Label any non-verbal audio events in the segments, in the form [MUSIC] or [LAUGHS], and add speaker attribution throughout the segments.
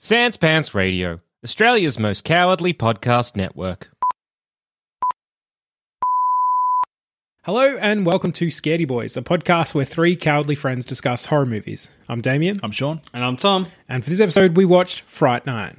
Speaker 1: Sans Pants Radio, Australia's most cowardly podcast network.
Speaker 2: Hello and welcome to Scaredy Boys, a podcast where three cowardly friends discuss horror movies. I'm Damien,
Speaker 3: I'm Sean.
Speaker 4: And I'm Tom.
Speaker 2: and for this episode we watched Fright Night.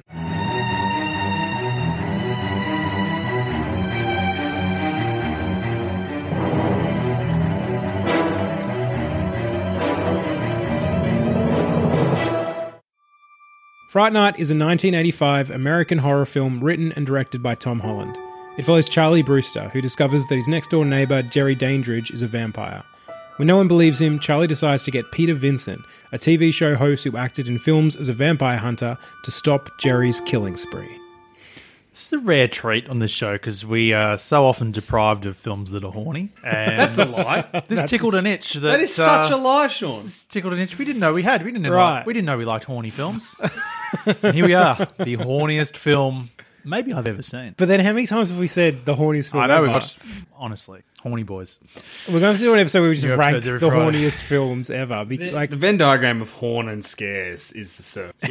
Speaker 2: Fright Night is a 1985 American horror film written and directed by Tom Holland. It follows Charlie Brewster, who discovers that his next door neighbour, Jerry Dandridge, is a vampire. When no one believes him, Charlie decides to get Peter Vincent, a TV show host who acted in films as a vampire hunter, to stop Jerry's killing spree.
Speaker 3: This is a rare treat on this show because we are so often deprived of films that are horny. And That's a lie. This tickled an itch. That,
Speaker 4: That is such
Speaker 3: uh,
Speaker 4: a lie, Sean.
Speaker 3: This tickled an itch. We didn't know we had. We didn't know.
Speaker 2: Right.
Speaker 3: We didn't know we liked horny films. and here we are, the horniest film maybe I've ever seen.
Speaker 2: But then, how many times have we said the horniest film?
Speaker 3: I know we
Speaker 2: ever?
Speaker 3: watched honestly horny boys.
Speaker 2: We're going to do an episode where we just
Speaker 3: New
Speaker 2: rank
Speaker 3: episodes
Speaker 2: the
Speaker 3: every Friday.
Speaker 2: horniest films ever. Be- like
Speaker 4: the Venn diagram of horn and scares is the circle.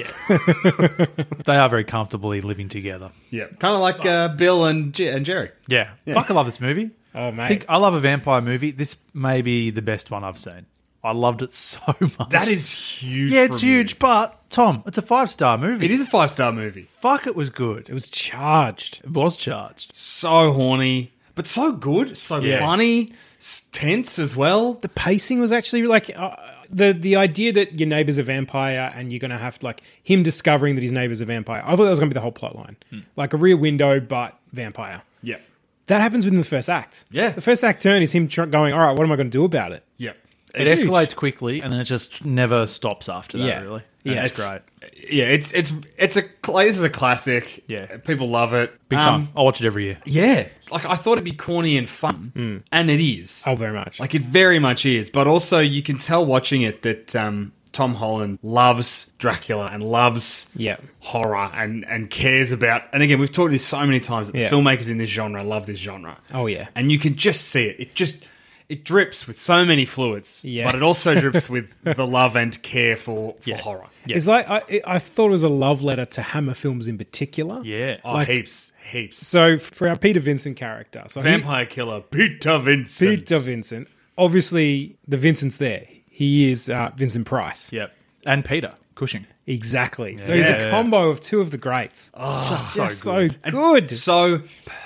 Speaker 4: Yeah.
Speaker 3: They are very comfortably living together.
Speaker 4: Kind of like uh, Bill and, J- and Jerry.
Speaker 3: Yeah. Fuck, I love this movie.
Speaker 2: Oh, mate.
Speaker 3: I think I love a vampire movie. This may be the best one I've seen. I loved it so [LAUGHS] much.
Speaker 4: That is huge.
Speaker 3: Yeah, it's
Speaker 4: from you.
Speaker 3: huge, but Tom, it's a five star movie.
Speaker 4: It is a five star movie.
Speaker 3: Fuck, it was good.
Speaker 2: it was charged.
Speaker 3: It was charged.
Speaker 4: So horny, but so good. So
Speaker 3: Yeah.
Speaker 4: funny. s- Tense as well.
Speaker 2: the pacing was actually like uh, the the idea that your neighbor's a vampire and you're gonna have to, like him discovering that his neighbor's a vampire. I thought that was gonna be the whole plot line, like a rear window but vampire.
Speaker 4: Yeah.
Speaker 2: That happens within the first act.
Speaker 4: Yeah.
Speaker 2: the first act turn is him tr- going, "All right, what am I gonna do about it?"
Speaker 4: Yeah.
Speaker 3: It
Speaker 2: It's huge.
Speaker 3: escalates quickly, and then it just never stops after that.
Speaker 2: Yeah.
Speaker 3: Really,
Speaker 2: Yeah,
Speaker 3: yeah, it's
Speaker 2: it's-
Speaker 3: great.
Speaker 4: Yeah, it's it's it's a cl- this is a classic.
Speaker 3: Yeah.
Speaker 4: people love it.
Speaker 3: Big
Speaker 4: Um,
Speaker 3: time. I watch it every year.
Speaker 4: Yeah, Mm. like I thought it'd be corny and fun, and it is.
Speaker 2: Oh, very much.
Speaker 4: Like it very much is, but also you can tell watching it that um, Tom Holland loves Dracula and loves
Speaker 2: Yeah.
Speaker 4: horror and and cares about. And again, we've talked this so many times that
Speaker 2: Yeah.
Speaker 4: the filmmakers in this genre love this genre.
Speaker 2: Oh, yeah.
Speaker 4: and you can just see it. It just it drips with so many fluids,
Speaker 2: Yeah.
Speaker 4: but it also
Speaker 2: [LAUGHS]
Speaker 4: drips with the love and care for for horror.
Speaker 2: It's like I, I thought it was a love letter to Hammer films in particular.
Speaker 3: Yeah,
Speaker 4: oh, heaps, heaps.
Speaker 2: So for our Peter Vincent character, so he-
Speaker 4: Vampire killer Peter Vincent.
Speaker 2: Peter Vincent, obviously the Vincent's there. He is uh, Vincent Price.
Speaker 3: yeah. And Peter Cushing.
Speaker 2: Exactly. So he's a
Speaker 4: Yeah.
Speaker 2: combo of two of the greats. It's just so good. So good.
Speaker 4: so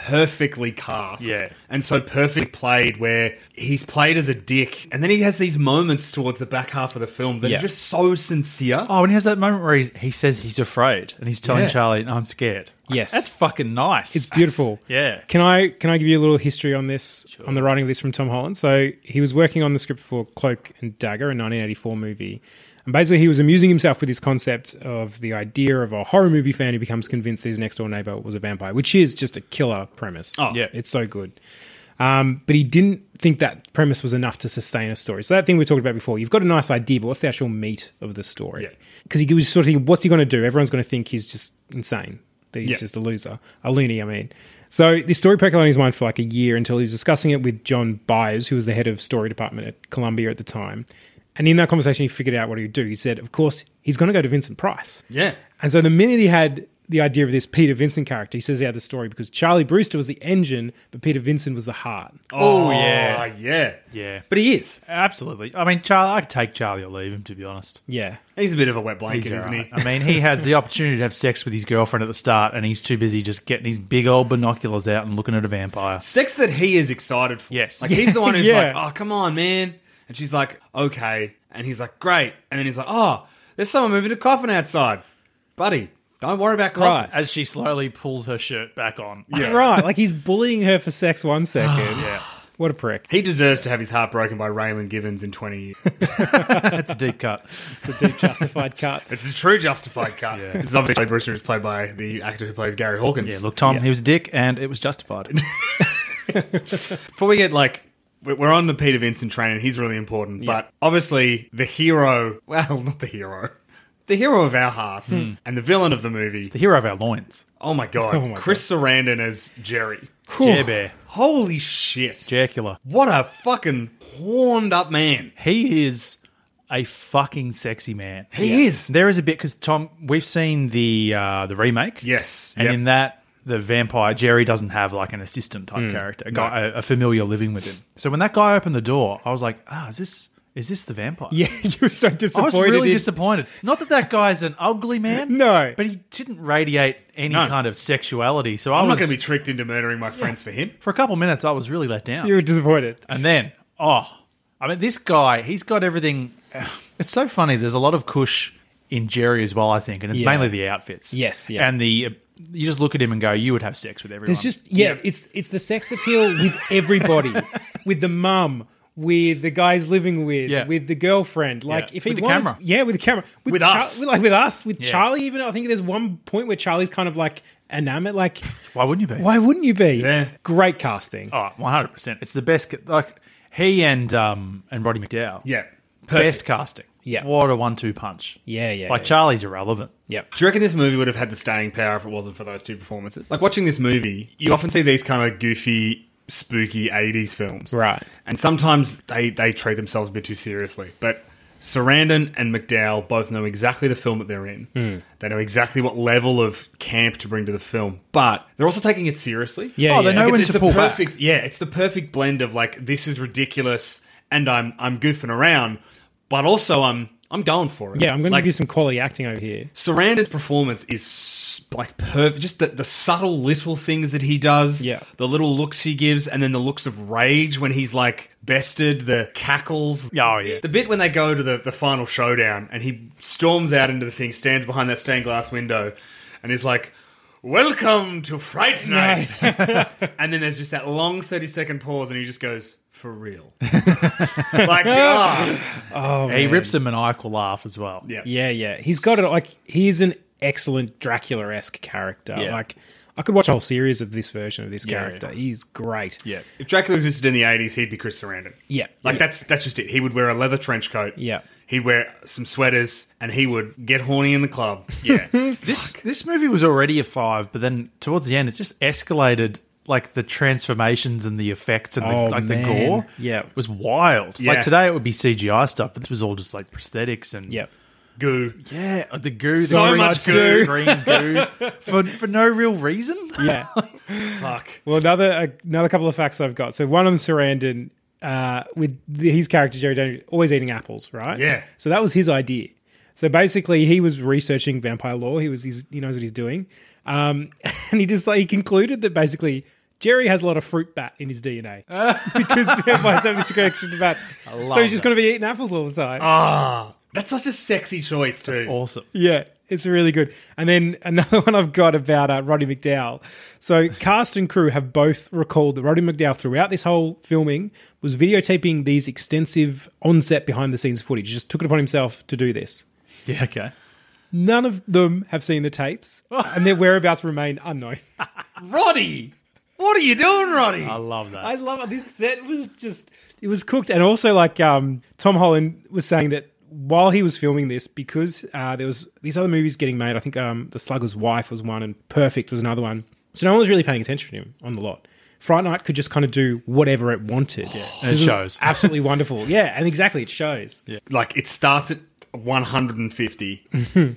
Speaker 4: perfectly cast.
Speaker 3: Yeah.
Speaker 4: And so perfectly played where he's played as a dick and then he has these moments towards the back half of the film that
Speaker 2: Yeah.
Speaker 4: are just so sincere.
Speaker 3: Oh, and he has that moment where he, he says he's afraid, and he's telling
Speaker 4: Yeah.
Speaker 3: Charlie, "I'm scared." Like,
Speaker 2: Yes.
Speaker 3: that's fucking nice.
Speaker 2: It's beautiful.
Speaker 3: yeah.
Speaker 2: Can I can I give you a little history on this on the writing of this from Tom Holland? So he was working on the script for Cloak and Dagger, a 1984 movie, and basically he was amusing himself with this concept of the idea of a horror movie fan who becomes convinced his next door neighbor was a vampire, which is just a killer premise. Oh
Speaker 3: Yeah.
Speaker 2: it's so good. Um, but he didn't think that premise was enough to sustain a story. So that thing we talked about before, you've got a nice idea, but what's the actual meat of the story? Because he was sort of thinking, what's he going to do? Everyone's going to think he's just insane. That he's
Speaker 4: Yeah.
Speaker 2: just a loser, a loony. I mean, so this story percolated in his mind for like a year until he was discussing it with John Byers, who was the head of story department at Columbia at the time. And in that conversation, he figured out what he would do. He said, "Of course, he's going to go to Vincent Price."
Speaker 4: Yeah.
Speaker 2: And so the minute he had the idea of this Peter Vincent character. He says out the story because Charlie Brewster was the engine, but Peter Vincent was the heart.
Speaker 4: Oh, yeah, yeah,
Speaker 3: Yeah.
Speaker 4: But he is.
Speaker 3: Absolutely. I mean, Charlie, I could take Charlie or leave him, to be honest.
Speaker 2: Yeah.
Speaker 4: He's a bit of a wet blanket,
Speaker 3: He's
Speaker 4: isn't
Speaker 3: alright.
Speaker 4: he?
Speaker 3: I mean, he has the opportunity to have sex with his girlfriend at the start, and he's too busy just getting his big old binoculars out and looking at a
Speaker 4: [LAUGHS]
Speaker 3: vampire.
Speaker 4: Sex that he is excited for.
Speaker 3: Yes.
Speaker 4: like he's the
Speaker 3: [LAUGHS]
Speaker 4: one who's
Speaker 2: Yeah.
Speaker 4: like, "Oh, come on, man," and she's like, "Okay," and he's like, "Great," and then he's like, "Oh, there's someone moving a coffin outside, buddy. Don't worry about
Speaker 2: Right.
Speaker 4: coffins."
Speaker 3: As she slowly pulls her shirt back on. [LAUGHS]
Speaker 2: [LAUGHS] Right. Like he's bullying her for sex one [SIGHS] second.
Speaker 3: Yeah.
Speaker 2: What a prick.
Speaker 4: He deserves to have his heart broken by Raylan Givens in 20 years.
Speaker 3: That's a deep cut.
Speaker 2: It's a deep justified cut.
Speaker 4: It's a true justified cut. This is obviously Brewster is played by the actor who plays Gary Hawkins.
Speaker 3: Yeah, look, Tom, he was a dick, and it
Speaker 4: [LAUGHS]
Speaker 3: was justified.
Speaker 4: Before we get like, we- we're on the Peter Vincent train, and he's really important. But obviously, the hero, well, not the hero, the hero of our hearts and the villain of the movie.
Speaker 3: the hero of our loins.
Speaker 4: Oh my god,
Speaker 2: my
Speaker 4: Chris Sarandon as Jerry.
Speaker 3: Jer Bear.
Speaker 4: Holy shit!
Speaker 3: Jercula.
Speaker 4: What a fucking horned up man.
Speaker 3: He is a fucking sexy man.
Speaker 4: He is.
Speaker 3: There is a bit because Tom, we've seen the uh, the remake.
Speaker 4: Yes,
Speaker 3: and
Speaker 4: yep.
Speaker 3: in that, the vampire Jerry doesn't have like an assistant
Speaker 4: Mm,
Speaker 3: type character, a, guy, a, a familiar living with him. So when that guy opened the door, I was like, ah, is this is this the vampire?
Speaker 2: [LAUGHS] Yeah, you were so
Speaker 3: I
Speaker 2: disappointed.
Speaker 3: was really
Speaker 2: in-
Speaker 3: disappointed. Not that that guy's an
Speaker 4: [LAUGHS]
Speaker 3: ugly man,
Speaker 2: No.
Speaker 3: but he didn't radiate any
Speaker 4: No.
Speaker 3: kind of sexuality. So I
Speaker 4: I'm
Speaker 3: was
Speaker 4: not going to be tricked into murdering my friends for him.
Speaker 3: for a couple minutes. I was really let down.
Speaker 2: you were disappointed.
Speaker 3: And then, oh, I mean, this guy, he's got everything. It's so funny. There's a lot of kush in Jerry as well, I think, and it's
Speaker 2: Yeah.
Speaker 3: mainly the outfits.
Speaker 2: Yes, yeah.
Speaker 3: And the you just look at him and go, you would have sex with everyone.
Speaker 2: There's just yeah, it's it's the sex appeal with [LAUGHS] everybody, with the mum, with the guys living with,
Speaker 3: Yeah.
Speaker 2: with the girlfriend. Like
Speaker 3: Yeah.
Speaker 2: if he
Speaker 3: With the
Speaker 2: wanted-
Speaker 3: camera.
Speaker 2: yeah, with the camera,
Speaker 4: With
Speaker 2: Char-
Speaker 4: us.
Speaker 2: with, like with us, with
Speaker 3: Yeah.
Speaker 2: Charlie. Even I think there's one point where Charlie's kind of like enamored. Like
Speaker 3: why wouldn't you be?
Speaker 2: why wouldn't you be?
Speaker 4: Yeah.
Speaker 2: great casting.
Speaker 3: Oh, 100. percent It's the best. Like he and um and Roddy McDowell.
Speaker 4: Yeah.
Speaker 3: best casting.
Speaker 2: Yeah.
Speaker 3: what a one-two punch.
Speaker 2: Yeah, yeah,
Speaker 3: Like
Speaker 2: yeah.
Speaker 3: Charlie's irrelevant.
Speaker 2: Yeah,
Speaker 4: Do you reckon this movie would have had the staying power if it wasn't for those two performances? Like watching this movie, you often see these kind of goofy, spooky '80s films,
Speaker 2: Right.
Speaker 4: And sometimes they they treat themselves a bit too seriously. But Sarandon and McDowell both know exactly the film that they're in.
Speaker 2: Hmm.
Speaker 4: They know exactly what level of camp to bring to the film, but they're also taking it seriously.
Speaker 2: Yeah,
Speaker 3: oh, they
Speaker 2: yeah.
Speaker 3: know
Speaker 4: Like,
Speaker 3: when
Speaker 4: it's,
Speaker 3: to
Speaker 4: it's
Speaker 3: pull
Speaker 4: the perfect,
Speaker 3: back.
Speaker 4: yeah, it's the perfect blend of like this is ridiculous, and I'm I'm goofing around, but also I'm I'm going for it.
Speaker 2: yeah. I'm going to
Speaker 4: Like,
Speaker 2: give you some quality acting over here.
Speaker 4: Sarandon's performance is s- like perfect. Just the, the subtle little things that he does,
Speaker 2: Yeah.
Speaker 4: the little looks he gives, and then the looks of rage when he's like bested, the cackles.
Speaker 3: Oh, yeah.
Speaker 4: The bit when they go to the, the final showdown and he storms out into the thing, stands behind that stained glass window, and he's like, Welcome to Fright Night.
Speaker 3: [LAUGHS]
Speaker 4: and then there's just that long 30 second pause, and he just goes, For real.
Speaker 3: [LAUGHS]
Speaker 4: like, ah.
Speaker 3: He rips a maniacal laugh as well.
Speaker 4: Yeah.
Speaker 2: Yeah, yeah. He's got it. Like he's an excellent Dracula esque character.
Speaker 3: Yeah.
Speaker 2: Like I could watch a whole series of this version of this
Speaker 3: Yeah,
Speaker 2: character. He's great.
Speaker 3: yeah.
Speaker 4: If Dracula existed in the eighties, he'd be Chris Sarandon.
Speaker 2: Yeah.
Speaker 4: like
Speaker 2: Yeah.
Speaker 4: that's that's just it. He would wear a leather trench coat.
Speaker 2: Yeah.
Speaker 4: he'd wear some sweaters, and he would get horny in the club. Yeah,
Speaker 3: This this movie was already a five, but then towards the end, it just escalated. Like the transformations and the effects and the,
Speaker 2: Oh,
Speaker 3: like
Speaker 2: man.
Speaker 3: the gore,
Speaker 2: Yeah.
Speaker 3: was wild.
Speaker 4: Yeah.
Speaker 3: Like today, it would be CGI stuff, but this was all just like prosthetics and
Speaker 2: Yeah.
Speaker 4: goo.
Speaker 3: yeah, the goo, the
Speaker 4: So
Speaker 3: green-
Speaker 4: much goo.
Speaker 3: green goo for for no real reason.
Speaker 2: Yeah.
Speaker 4: Fuck.
Speaker 2: well, another uh, another couple of facts I've got. So one on Sarandon, uh, with the, his character Jerry Daniels always eating apples, right?
Speaker 4: Yeah.
Speaker 2: So that was his idea. So basically, he was researching vampire lore. He was he's, he knows what he's doing, um, [LAUGHS] and he just like he concluded that basically. Jerry has a lot of fruit bat in his DNA because [LAUGHS] vampires have this connection to bats. So he's just going to be eating apples all the time.
Speaker 4: Ah, that's such a sexy choice too.
Speaker 3: Awesome.
Speaker 2: Yeah, it's really good. And then another [LAUGHS] one I've got about uh, Roddy McDowell. So cast and crew have both recalled that Roddy McDowell throughout this whole filming was videotaping these extensive on-set behind-the-scenes footage. He just took it upon himself to do this.
Speaker 3: Yeah, okay.
Speaker 2: None of them have seen the tapes, and their whereabouts remain unknown.
Speaker 4: Roddy, what are you doing, Roddy?
Speaker 3: I love that.
Speaker 2: I love it. This set was just it was cooked, and also like um, Tom Holland was saying that while he was filming this, because uh, there was these other movies getting made. I think um, The Slugger's Wife was one, and Perfect was another one. So no one was really paying attention to him on the lot. Fright Night could just kind of do whatever it wanted. Yeah.
Speaker 3: And it shows.
Speaker 4: like it starts at 150,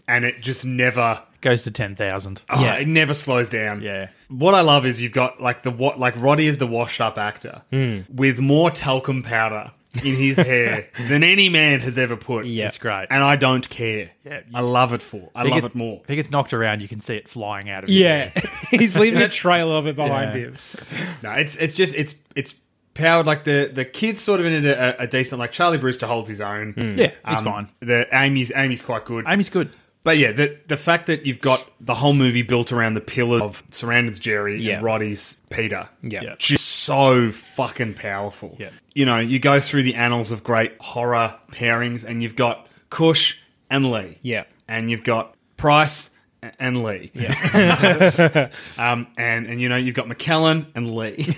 Speaker 4: and it just never.
Speaker 3: Goes to 10,000.
Speaker 4: oh, it never slows down.
Speaker 3: Yeah.
Speaker 4: What I love is you've got like the what like Roddy is the washed up actor
Speaker 3: Hmm.
Speaker 4: with more talcum powder in his
Speaker 3: [LAUGHS]
Speaker 4: hair than any man has ever put.
Speaker 2: Yeah.
Speaker 3: It's great.
Speaker 4: And I don't care.
Speaker 3: Yeah.
Speaker 4: I love it for. I
Speaker 3: If
Speaker 4: love
Speaker 3: gets-
Speaker 4: it more.
Speaker 3: If he gets knocked around, you can see it flying out of his
Speaker 2: Yeah, [LAUGHS]
Speaker 3: hand.
Speaker 2: he's leaving a trail of it behind
Speaker 3: Yeah.
Speaker 2: him.
Speaker 4: No, it's it's just it's it's powered like the the kids sort of in it a, a decent like Charlie Brewster holds his own.
Speaker 3: Hmm. Yeah, he's
Speaker 4: Um,
Speaker 3: fine.
Speaker 4: The Amy's Amy's quite good.
Speaker 3: Amy's good.
Speaker 4: But yeah, the the fact that you've got the whole movie built around the pillar of Sarandon's Jerry
Speaker 2: Yeah.
Speaker 4: and Roddy's Peter.
Speaker 2: Yeah. Yeah.
Speaker 4: Just so fucking powerful.
Speaker 3: Yeah.
Speaker 4: You know, you go through the annals of great horror pairings and you've got Cush and Lee.
Speaker 2: Yeah.
Speaker 4: And you've got Price a- and Lee. Yeah. [LAUGHS] um, and, and, you know, you've got McKellen and Lee.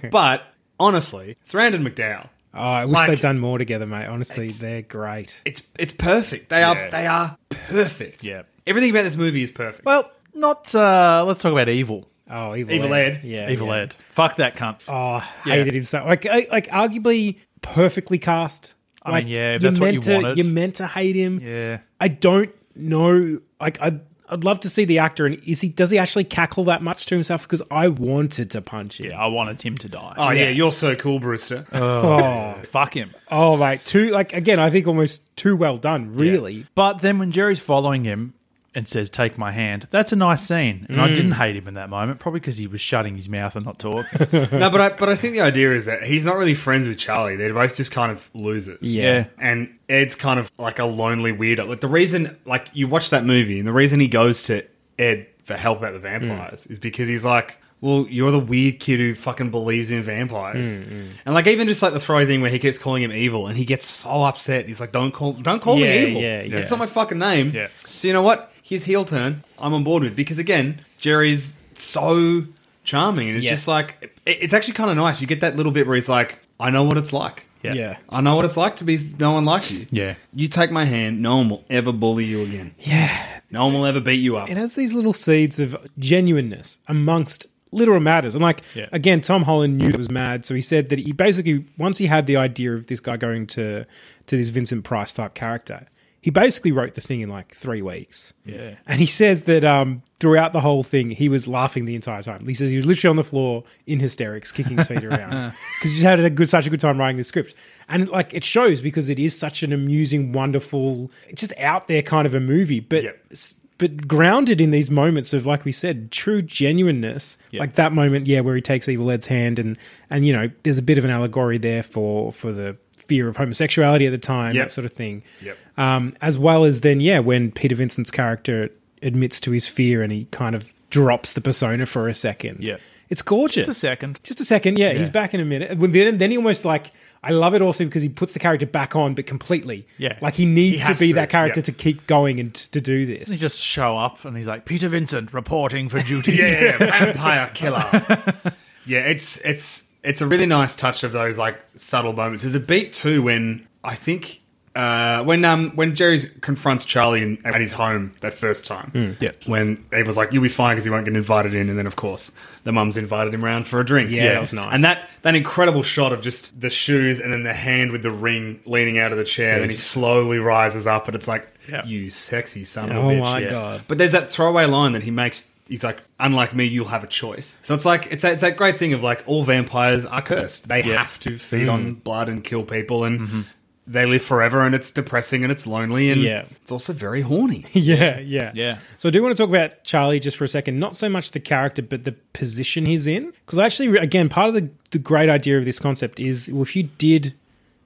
Speaker 2: [LAUGHS]
Speaker 4: but honestly, Sarandon McDowell,
Speaker 2: Oh, I wish
Speaker 4: Like-
Speaker 2: they'd done more together, mate. Honestly, they're great.
Speaker 4: it's it's perfect. They
Speaker 3: Yeah.
Speaker 4: are they are perfect.
Speaker 3: Yeah.
Speaker 4: Everything about this movie is perfect.
Speaker 3: Well, not. Uh, let's talk about evil.
Speaker 2: Oh, evil,
Speaker 4: Evil
Speaker 2: Ed.
Speaker 4: Ed.
Speaker 2: yeah,
Speaker 3: evil
Speaker 2: yeah.
Speaker 3: Ed. Fuck that cunt.
Speaker 2: Oh, hated him so. Like, I- like arguably perfectly cast.
Speaker 3: I
Speaker 2: Like,
Speaker 3: mean, yeah, if
Speaker 2: you're
Speaker 3: that's what
Speaker 2: meant
Speaker 3: you
Speaker 2: to,
Speaker 3: wanted.
Speaker 2: You're meant to hate him.
Speaker 3: Yeah.
Speaker 2: I don't know. Like, I'd, I'd love to see the actor. And is he? Does he actually cackle that much to himself? Because I wanted to punch him.
Speaker 3: Yeah, I wanted him to die.
Speaker 4: Oh yeah, you're so cool, Brewster.
Speaker 3: Oh, fuck him.
Speaker 2: Oh, mate, too. Like again, I think almost too well done. Really.
Speaker 3: But then when Jerry's following him and says, "Take my hand," that's a nice scene, and I didn't hate him in that moment, probably because he was shutting his mouth and not talking. [LAUGHS]
Speaker 4: no, but I, but I think the idea is that he's not really friends with Charlie. They're both just kind of losers.
Speaker 3: Yeah.
Speaker 4: And Ed's kind of like a lonely weirdo. Like the reason, like you watch that movie, and the reason he goes to Ed for help about the vampires is because he's like, well, you're the weird kid who fucking believes in vampires.
Speaker 2: Mm,
Speaker 4: And like even just like the throwaway thing where he keeps calling him evil, and he gets so upset. He's like, don't call, don't call
Speaker 2: Yeah,
Speaker 4: me evil.
Speaker 2: yeah, yeah.
Speaker 4: It's not my fucking name.
Speaker 3: Yeah.
Speaker 4: So you know what? His heel turn, I'm on board with because again, Jerry's so charming, and it's
Speaker 2: Yes.
Speaker 4: just like it- it's actually kind of nice. You get that little bit where he's like, "I know what it's like.
Speaker 3: Yeah.
Speaker 2: Yeah.
Speaker 4: I know what it's like to be no one likes you.
Speaker 3: Yeah.
Speaker 4: you take my hand, no one will ever bully you again.
Speaker 2: Yeah.
Speaker 4: No one will ever beat you up.
Speaker 2: It has these little seeds of genuineness amongst literal matters. And like
Speaker 3: Yeah.
Speaker 2: again, Tom Holland knew it was mad, so he said that he basically once he had the idea of this guy going to to this Vincent Price type character, he basically wrote the thing in like three weeks.
Speaker 3: Yeah.
Speaker 2: And he says that um, throughout the whole thing, he was laughing the entire time. He says he was literally on the floor in hysterics, kicking his feet
Speaker 3: [LAUGHS]
Speaker 2: around [LAUGHS] because he just had a good, such a good time writing the script. And like it shows because it is such an amusing, wonderful, just out there kind of a movie, but
Speaker 4: Yep.
Speaker 2: s- but grounded in these moments of like we said, true genuineness. Like that moment, yeah, where he takes Evil Ed's hand and and you know, there's a bit of an allegory there for for the fear of homosexuality at the time,
Speaker 4: Yep.
Speaker 2: that sort of thing
Speaker 4: Yep.
Speaker 2: um, as well as then, yeah, when Peter Vincent's character admits to his fear and he kind of drops the persona for a second.
Speaker 3: Yeah.
Speaker 2: It's gorgeous.
Speaker 3: Just a second.
Speaker 2: Just a second. Yeah, he's
Speaker 3: Yeah.
Speaker 2: back in a minute. When then, then he almost like, I love it also because he puts the character back on, but completely.
Speaker 3: Yeah.
Speaker 2: Like he needs
Speaker 4: He
Speaker 2: to
Speaker 4: has
Speaker 2: be
Speaker 4: to,
Speaker 2: that character
Speaker 4: yeah.
Speaker 2: to keep going and t- to do
Speaker 3: He
Speaker 2: this.
Speaker 3: just show up and he's like, "Peter Vincent reporting for
Speaker 4: [LAUGHS]
Speaker 3: duty."
Speaker 4: yeah, yeah, yeah, vampire killer. [LAUGHS] yeah, it's it's it's a really nice touch of those like subtle moments. There's a beat too when I think uh, when um when Jerry's confronts Charlie in, at his home that first time.
Speaker 2: Hmm.
Speaker 3: yeah.
Speaker 4: When Eve was like, "You'll be fine because he won't get invited in," and then of course the mum's invited him round for a drink.
Speaker 2: Yeah, that was nice.
Speaker 4: And that that incredible shot of just the shoes and then the hand with the ring leaning out of the chair, and then he slowly rises up, and it's like,
Speaker 3: Yeah.
Speaker 4: "You sexy son of
Speaker 2: Oh
Speaker 4: a bitch!"
Speaker 2: my
Speaker 3: yeah.
Speaker 2: God.
Speaker 4: But there's that throwaway line that he makes. He's like, "Unlike me, you'll have a choice." So it's like it's that, it's that great thing of like all vampires are cursed. They have to feed on
Speaker 3: Mm.
Speaker 4: blood and kill people, and
Speaker 3: Mm-hmm.
Speaker 4: they live forever. And it's depressing and it's lonely, and
Speaker 2: Yeah.
Speaker 4: it's also very
Speaker 3: [LAUGHS]
Speaker 4: horny.
Speaker 2: [LAUGHS] yeah, yeah,
Speaker 3: Yeah.
Speaker 2: So I do want to talk about Charlie just for a second. Not so much the character, but the position he's in. Because actually, again, part of the, the great idea of this concept is well, if you did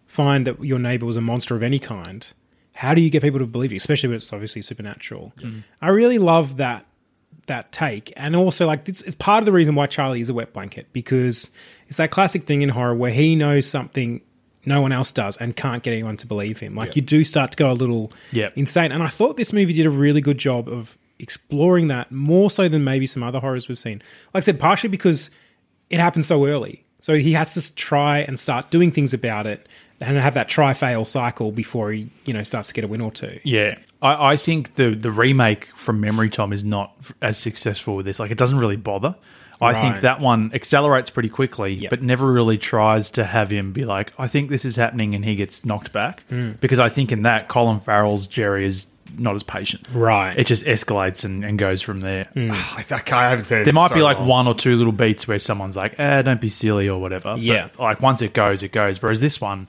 Speaker 2: find that your neighbor was a monster of any kind, how do you get people to believe you? Especially when it's obviously supernatural. I really love that that take. And also, like, it's, it's part of the reason why Charlie is a wet blanket because it's that classic thing in horror where he knows something no one else does and can't get anyone to believe him. Like, you do start to go a little
Speaker 3: Yep.
Speaker 2: insane. And I thought this movie did a really good job of exploring that more so than maybe some other horrors we've seen. Like I said, partially because it happens so early. So he has to s- try and start doing things about it and have that try fail cycle before he, you know, starts to get a win or two.
Speaker 3: Yeah, I, I think the the remake from memory, Tom, is not f- as successful with this. Like, it doesn't really bother. I think that one accelerates pretty quickly, but never really tries to have him be like, I think this is happening, and he gets knocked back. Because I think in that, Colin Farrell's Jerry is not as patient.
Speaker 2: Right.
Speaker 3: It just escalates and, and goes from there.
Speaker 4: [SIGHS] I, I can't- I haven't seen it.
Speaker 3: There
Speaker 4: in
Speaker 3: might
Speaker 4: so
Speaker 3: be like
Speaker 4: long.
Speaker 3: one or two little beats where someone's like, eh, don't be silly or whatever.
Speaker 2: Yeah.
Speaker 3: But like once it goes, it goes. Whereas this one,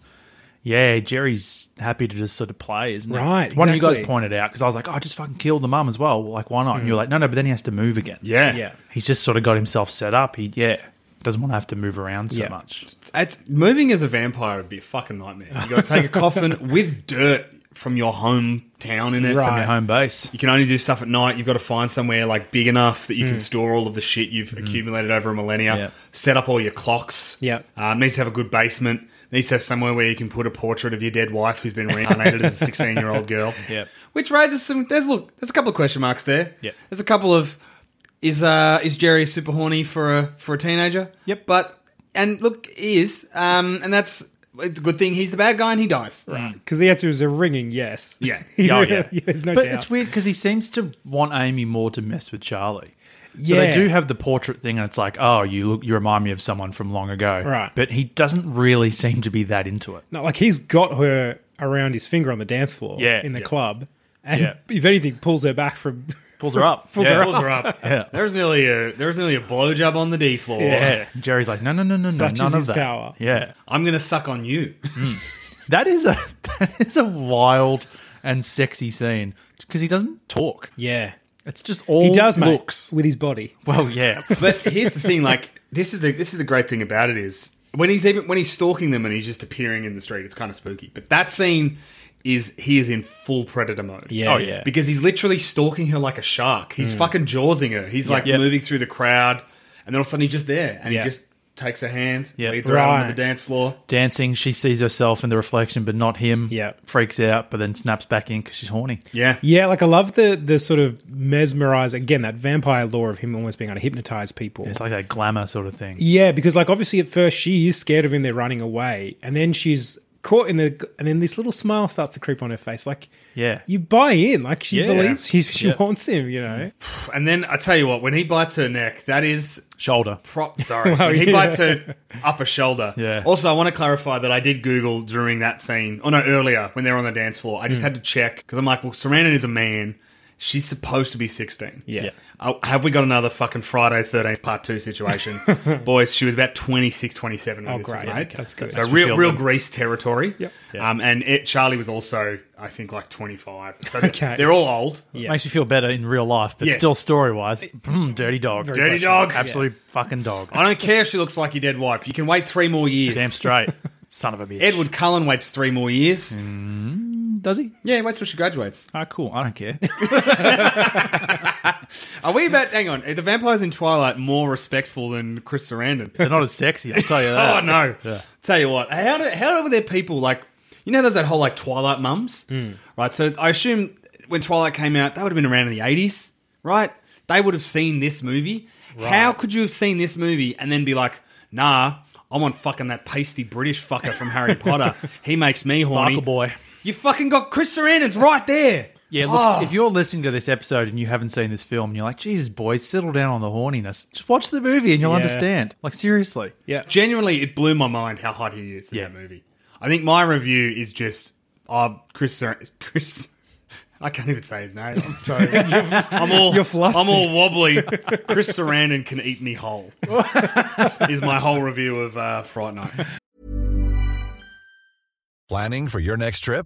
Speaker 3: yeah, Jerry's happy to just sort of play, isn't it?
Speaker 2: Right,
Speaker 3: One of you guys
Speaker 2: exactly. Mm.
Speaker 3: pointed out because I was like, oh, just fucking kill the mum as well. Like, why not? And you're like, no, no, but then he has to move again.
Speaker 4: Yeah.
Speaker 2: Yeah.
Speaker 3: He's just sort of got himself set up. He, yeah, doesn't want to have to move around so
Speaker 2: Yeah.
Speaker 3: much.
Speaker 4: It's, it's- moving as a vampire would be a fucking nightmare. You got to
Speaker 3: [LAUGHS]
Speaker 4: take a coffin with dirt from your hometown in it.
Speaker 3: From
Speaker 2: Right.
Speaker 3: your home base.
Speaker 4: You can only do stuff at night. You've got to find somewhere like big enough that you can store all of the shit you've accumulated over a millennia.
Speaker 2: Yep.
Speaker 4: Set up all your clocks.
Speaker 2: Yep.
Speaker 4: Um, needs to have a good basement. Needs to have somewhere where you can put a portrait of your dead wife who's been reincarnated as a 16 year old girl.
Speaker 3: Yep.
Speaker 4: Which raises some. There's look. There's a couple of question marks there.
Speaker 3: Yep.
Speaker 4: There's a couple of. Is uh is Jerry super horny for a for a teenager?
Speaker 3: Yep.
Speaker 4: But and look he is um and that's it's a good thing he's the bad guy and he dies. Right.
Speaker 2: Because the answer is a ringing yes. [LAUGHS]
Speaker 4: Yeah.
Speaker 3: [LAUGHS] Oh, yeah.
Speaker 2: There's no
Speaker 3: but
Speaker 2: doubt.
Speaker 3: it's weird because he seems to want Amy more to mess with Charlie. So
Speaker 2: Yeah.
Speaker 3: they do have the portrait thing, and it's like, oh, you look, you remind me of someone from long ago,
Speaker 2: Right.
Speaker 3: But he doesn't really seem to be that into it.
Speaker 2: No, like he's got her around his finger on the dance floor
Speaker 3: Yeah.
Speaker 2: in the
Speaker 3: Yeah.
Speaker 2: club. And
Speaker 3: Yeah.
Speaker 2: [LAUGHS] if anything, pulls her back from.
Speaker 3: [LAUGHS] Pulls
Speaker 2: [LAUGHS]
Speaker 3: her up,
Speaker 4: Pulls
Speaker 3: yeah.
Speaker 4: her, pulls her [LAUGHS] up.
Speaker 3: Yeah.
Speaker 4: There was nearly a there was nearly a blowjob on the D floor.
Speaker 3: Yeah. [LAUGHS] Jerry's like, no, no, no, no, no,
Speaker 2: Such
Speaker 3: none
Speaker 2: is
Speaker 3: of
Speaker 2: his
Speaker 3: that.
Speaker 2: power.
Speaker 3: Yeah,
Speaker 4: I'm gonna suck on you.
Speaker 3: that is a [LAUGHS] that is a wild and sexy scene because he doesn't talk.
Speaker 2: yeah.
Speaker 3: It's just all
Speaker 2: He does, mate,
Speaker 3: looks.
Speaker 2: with his body. [LAUGHS]
Speaker 3: Well, yeah,
Speaker 4: [LAUGHS] but here's the thing: like this is the this is the great thing about it is when he's even when he's stalking them and he's just appearing in the street, it's kind of spooky. But that scene is he is in full predator mode.
Speaker 2: Yeah. Oh, yeah.
Speaker 4: because he's literally stalking her like a shark. He's fucking jawsing her. He's like
Speaker 3: Yeah.
Speaker 4: moving through the crowd, and then all of a sudden he's just there, and
Speaker 2: Yeah.
Speaker 4: he just takes her hand,
Speaker 3: Yeah.
Speaker 4: leads her out onto
Speaker 2: Right.
Speaker 4: the dance floor.
Speaker 3: dancing. She sees herself in the reflection, but not him.
Speaker 2: Yeah.
Speaker 3: freaks out, but then snaps back in because she's horny.
Speaker 4: Yeah,
Speaker 2: Yeah, like I love the the sort of mesmerize again that vampire lore of him almost being able to hypnotize people.
Speaker 3: It's like that glamour sort of thing.
Speaker 2: yeah, because like obviously at first she is scared of him. They're running away, and then she's caught in the and then this little smile starts to creep on her face. Like
Speaker 3: Yeah.
Speaker 2: you buy in. Like she
Speaker 3: Yeah.
Speaker 2: believes he's, she
Speaker 3: Yeah.
Speaker 2: wants him. You know,
Speaker 4: and then I tell you what, when he bites her neck, that is
Speaker 3: Shoulder.
Speaker 2: [LAUGHS]
Speaker 4: prop. Sorry,
Speaker 2: Well,
Speaker 4: he
Speaker 2: yeah.
Speaker 4: bites her upper shoulder.
Speaker 3: Yeah.
Speaker 4: Also, I want to clarify that I did Google during that scene. Oh no, earlier when they were on the dance floor, I just
Speaker 2: Hmm.
Speaker 4: had to check because I'm like, well, Sarandon is a man. She's supposed to be 16.
Speaker 2: Yeah.
Speaker 4: Oh, have we got another fucking Friday 13th part
Speaker 2: [LAUGHS]
Speaker 4: 2 situation? Boys, she was about 26, 27 when
Speaker 2: Oh,
Speaker 4: this
Speaker 2: great.
Speaker 4: was made.
Speaker 2: Okay. That's good.
Speaker 4: So
Speaker 2: That's
Speaker 4: real real
Speaker 3: fulfillment.
Speaker 4: Greece territory.
Speaker 2: Yep.
Speaker 3: Yeah.
Speaker 4: Um, and it, Charlie was also, I think, like 25. So
Speaker 2: [LAUGHS]
Speaker 4: they're-
Speaker 2: Okay.
Speaker 4: they're all old.
Speaker 2: Yeah.
Speaker 3: Makes you feel better in real life, but
Speaker 4: Yes.
Speaker 3: still story wise, dirty dog.
Speaker 4: Dirty questionable. dog.
Speaker 3: Absolute fucking dog.
Speaker 4: I don't care if she looks like your dead wife. You can wait three more years.
Speaker 3: Damn
Speaker 4: [LAUGHS]
Speaker 3: straight. Son of a bitch.
Speaker 4: Edward Cullen waits three more years.
Speaker 3: Hmm. Does he?
Speaker 4: Yeah, he waits till she graduates.
Speaker 3: Ah, cool. I don't care.
Speaker 4: Are we about? Hang on, are the vampires in Twilight more respectful than Chris Sarandon?
Speaker 3: [LAUGHS] They're not as sexy, I'll tell you
Speaker 4: [LAUGHS] oh
Speaker 3: that.
Speaker 4: no!
Speaker 3: Yeah.
Speaker 4: Tell you what, how do how are there people like? You know, there's that whole like Twilight mums,
Speaker 3: Hmm.
Speaker 4: right? So I assume when Twilight came out, they would have been around in the eighties, right? They would have seen this movie. How could you have seen this movie and then be like, nah? I want fucking that pasty British fucker from Harry
Speaker 3: [LAUGHS]
Speaker 4: Potter. He makes me horny.
Speaker 3: Sparkle boy.
Speaker 4: You fucking got Chris Sarandon's right there.
Speaker 3: Yeah, look,
Speaker 4: Oh.
Speaker 3: if you're listening to this episode and you haven't seen this film, you're like, Jesus, boys, settle down on the horniness. Just watch the movie and you'll
Speaker 2: Yeah.
Speaker 3: understand. Like, seriously.
Speaker 2: yeah,
Speaker 4: Genuinely, it blew my mind how hot he is in
Speaker 3: Yeah.
Speaker 4: that movie. I think my review is just, uh, Chris, Sar- Chris, I can't even say his name. I'm sorry. I'm
Speaker 2: [LAUGHS]
Speaker 4: all,
Speaker 2: You're flustered.
Speaker 4: I'm all wobbly. Chris Sarandon can eat
Speaker 2: [LAUGHS]
Speaker 4: me whole. is my whole review of uh, Fright Night.
Speaker 5: Planning for your next trip?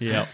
Speaker 3: Yeah.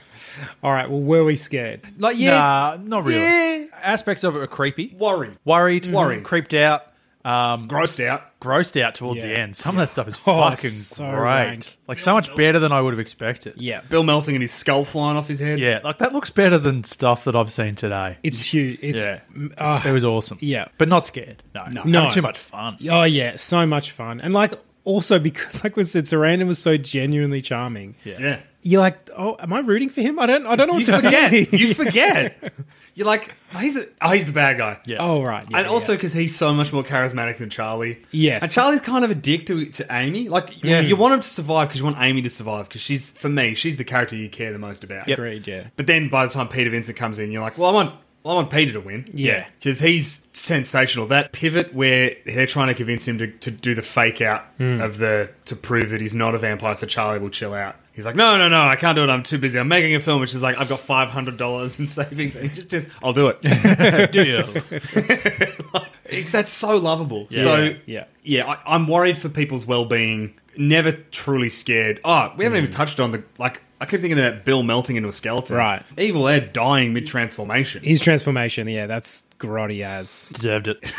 Speaker 2: All right. Well, were we scared?
Speaker 3: Like, yeah. Nah, not really. Aspects of it are creepy.
Speaker 4: Worried. Mm-hmm.
Speaker 3: Worried. Worried. Creeped out. Um,
Speaker 4: Grossed out.
Speaker 3: grossed out towards the end. Some of that stuff is
Speaker 2: [LAUGHS] Oh,
Speaker 3: fucking
Speaker 2: so
Speaker 3: great.
Speaker 2: rank.
Speaker 3: Like, so much better than I would have expected.
Speaker 2: Yeah.
Speaker 4: Bill melting and his skull flying off his head.
Speaker 3: Yeah. Like, that looks better than stuff that I've seen today.
Speaker 2: It's huge. It's
Speaker 3: yeah.
Speaker 2: mm,
Speaker 3: It's- it
Speaker 2: ah.
Speaker 3: was awesome.
Speaker 2: yeah.
Speaker 3: But not scared. No.
Speaker 2: No.
Speaker 3: Having Too much fun.
Speaker 2: Oh yeah, so much fun, and like also because [LAUGHS] like we said, Sarandon was so genuinely charming.
Speaker 4: Yeah.
Speaker 2: You're like, oh, am I rooting for him? I don't, I don't know what [LAUGHS]
Speaker 4: You
Speaker 2: to
Speaker 4: forget.
Speaker 2: think.
Speaker 4: you forget. You're like, oh, he's a, oh, he's the bad guy. Yeah.
Speaker 2: oh right, yeah,
Speaker 4: and
Speaker 2: yeah.
Speaker 4: also because he's so much more charismatic than Charlie.
Speaker 2: Yes.
Speaker 4: and Charlie's kind of a dick to, to Amy. Like, you-
Speaker 3: Yeah.
Speaker 4: you want him to survive because you want Amy to survive because she's for me, she's the character you care the most about.
Speaker 2: agreed, yeah,
Speaker 4: But then by the time Peter Vincent comes in, you're like, well, I want, well, I want Peter to win.
Speaker 2: Yeah.
Speaker 4: because he's sensational. That pivot where they're trying to convince him to, to do the fake out
Speaker 2: Hmm.
Speaker 4: of the to prove that he's not a vampire, so Charlie will chill out. He's like, no, no, no, I can't do it. I'm too busy. I'm making a film, which is like, I've got five hundred dollars in savings, and he just, just, I'll do
Speaker 2: [LAUGHS]
Speaker 4: it. [LAUGHS] It's, that's so lovable. So
Speaker 2: Yeah.
Speaker 4: yeah. I, I'm worried for people's well-being. Never truly scared. Oh, we
Speaker 2: Mm.
Speaker 4: haven't even touched on the like. I keep thinking about Bill melting into a skeleton.
Speaker 2: Right.
Speaker 4: Evil Ed dying mid-transformation.
Speaker 2: his transformation, yeah, that's grotty as.
Speaker 3: Deserved
Speaker 2: [LAUGHS]
Speaker 3: it.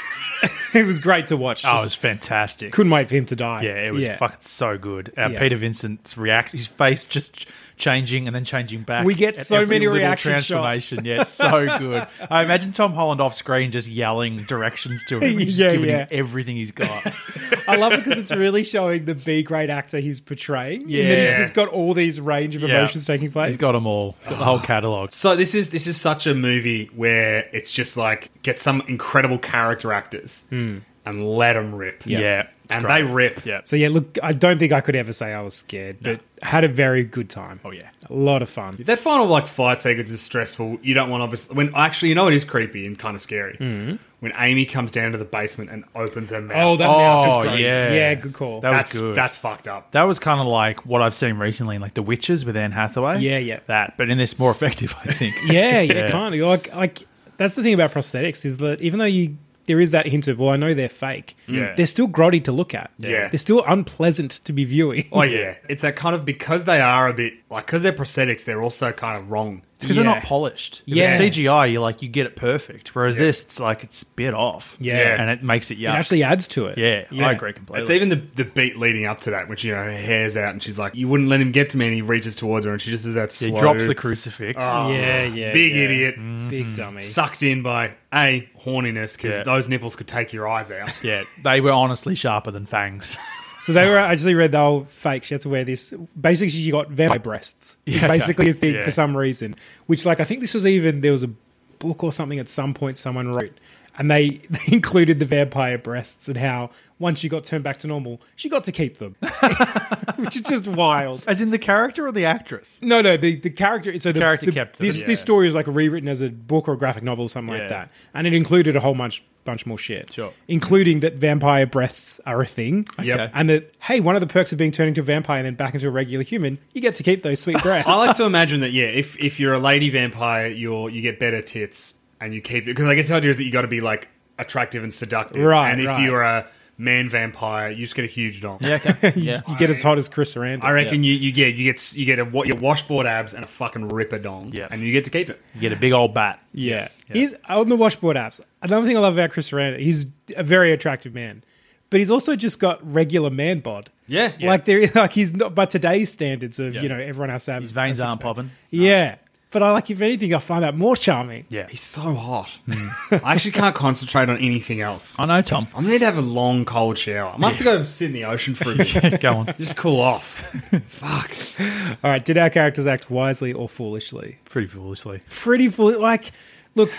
Speaker 2: It was great to watch.
Speaker 3: Oh, it
Speaker 2: Just
Speaker 3: was fantastic.
Speaker 2: couldn't wait for him to die.
Speaker 3: Yeah, it was fucking so good. Uh,
Speaker 2: Yeah.
Speaker 3: Peter Vincent's react, his face just ch- changing and then changing back.
Speaker 2: We get
Speaker 3: at
Speaker 2: so
Speaker 3: every
Speaker 2: many
Speaker 3: little
Speaker 2: reaction
Speaker 3: transformation. Yeah,
Speaker 2: [LAUGHS]
Speaker 3: it's so good. I imagine Tom Holland off screen just yelling directions to him, just
Speaker 2: Yeah,
Speaker 3: giving
Speaker 2: yeah.
Speaker 3: him everything he's got.
Speaker 2: [LAUGHS] I love it because it's really showing the B grade actor he's portraying. Yeah, and then he's
Speaker 3: Yeah.
Speaker 2: just got all these range of
Speaker 3: Yeah.
Speaker 2: emotions taking place.
Speaker 3: he's got them all. He's got the
Speaker 2: Ah.
Speaker 3: whole catalog.
Speaker 4: So this is this is such a movie where it's just like get some incredible character actors
Speaker 2: Hmm.
Speaker 4: and let them rip.
Speaker 3: Yeah, it's
Speaker 4: and
Speaker 3: great.
Speaker 4: they rip.
Speaker 3: Yeah.
Speaker 2: So yeah, look, I don't think I could ever say I was scared, but had a very good time. Oh
Speaker 3: yeah.
Speaker 2: a lot of fun.
Speaker 4: That final like fight sequence is stressful. You don't want obviously when actually you know it is creepy and kind of scary when Amy comes down to the basement and opens her mouth.
Speaker 2: Hmm. Oh, that mouth
Speaker 3: Oh,
Speaker 2: is gross.
Speaker 3: yeah.
Speaker 2: yeah, good call.
Speaker 3: That was
Speaker 4: that's
Speaker 3: good.
Speaker 4: that's fucked up.
Speaker 3: That was kind of like what I've seen recently, in like The Witches with Anne Hathaway.
Speaker 2: Yeah, yeah.
Speaker 3: That, but in this more [LAUGHS] effective, I think.
Speaker 2: [LAUGHS] yeah, yeah, kind of. Like, like that's the thing about prosthetics is that even though you there is that hint of well, I know they're fake.
Speaker 3: Mm. Yeah.
Speaker 2: they're still grotty to look at.
Speaker 4: Yeah.
Speaker 2: they're still unpleasant to be viewing. [LAUGHS]
Speaker 4: Oh yeah, it's that kind of because they are a bit like because they're prosthetics, they're also kind of wrong.
Speaker 3: It's because
Speaker 2: Yeah.
Speaker 3: they're not polished. If
Speaker 2: Yeah.
Speaker 3: it's CGI, you're like you get it perfect, whereas this, it's like it's bit off.
Speaker 2: Yeah.
Speaker 3: and it makes it
Speaker 2: It
Speaker 3: yuck.
Speaker 2: actually adds to it.
Speaker 3: yeah, I agree completely.
Speaker 4: It's even the the beat leading up to that, which you know her hair's out and she's like, "You wouldn't let him get to me," and he reaches towards her and she just does that.
Speaker 3: He
Speaker 4: slow,
Speaker 3: drops the crucifix.
Speaker 2: Yeah, yeah,
Speaker 4: big
Speaker 2: yeah. Mm.
Speaker 4: idiot,
Speaker 2: big dummy.
Speaker 3: Mm.
Speaker 4: sucked in by a horniness because
Speaker 3: Yeah.
Speaker 4: those nipples could take your eyes out.
Speaker 3: Yeah, they were honestly sharper than fangs.
Speaker 2: So they were I actually read the whole fake. She had to wear this. Basically, she got vampire breasts. It's
Speaker 3: Yeah.
Speaker 2: basically a thing
Speaker 3: Yeah.
Speaker 2: for some reason. Which, like, I think this was even there was a book or something at some point someone wrote, and they, [LAUGHS] they included the vampire breasts and how once she got turned back to normal, she got to keep them, [LAUGHS] which is just wild.
Speaker 3: As in the character or the actress?
Speaker 2: No, no, the, the character. So the
Speaker 3: Character
Speaker 2: the-
Speaker 3: kept them,
Speaker 2: this.
Speaker 3: yeah.
Speaker 2: This story is like rewritten as a book or a graphic novel or something
Speaker 3: Yeah.
Speaker 2: like that, and it included a whole bunch bunch more shit,
Speaker 3: Sure.
Speaker 2: including that vampire breasts are a thing.
Speaker 4: Yep.
Speaker 2: and that hey, one of the perks of being turned into a vampire and then back into a regular human, you get to keep those sweet breasts.
Speaker 4: I like to imagine that yeah, if if you're a lady vampire, you're you get better tits and you keep it because I guess the idea is that you got to be like attractive and seductive,
Speaker 2: Right,
Speaker 4: And if
Speaker 2: right.
Speaker 4: you're a man vampire, you just get a huge dong. Yeah,
Speaker 3: [LAUGHS] Yeah.
Speaker 2: you get as hot as Chris Sarandon.
Speaker 4: I reckon you you get you get you get a what your washboard abs and a fucking ripper dong,
Speaker 3: Yeah.
Speaker 4: and you get to keep it.
Speaker 3: You get a big old bat.
Speaker 2: yeah, he's on the washboard apps. Another thing I love about Chris Sarandon, he's a very attractive man, but he's also just got regular man bod.
Speaker 4: Yeah,
Speaker 2: Like there, [LAUGHS] like he's not by today's standards of you know everyone has to have
Speaker 3: His veins
Speaker 2: a six
Speaker 3: aren't
Speaker 2: pack.
Speaker 3: popping.
Speaker 2: Yeah. But I like, if anything, I find that more charming.
Speaker 3: Yeah. Hmm.
Speaker 4: he's so hot. [LAUGHS] I actually can't concentrate on anything else.
Speaker 3: I know, Tom.
Speaker 4: I'm gonna need to have a long cold shower. I might have to go sit in the ocean
Speaker 3: [LAUGHS]
Speaker 4: for a bit.
Speaker 3: Go on.
Speaker 4: Just cool
Speaker 3: [LAUGHS]
Speaker 4: off. Fuck.
Speaker 2: All right, did our characters act wisely or foolishly?
Speaker 3: Pretty foolishly.
Speaker 2: Pretty fool. Like, look,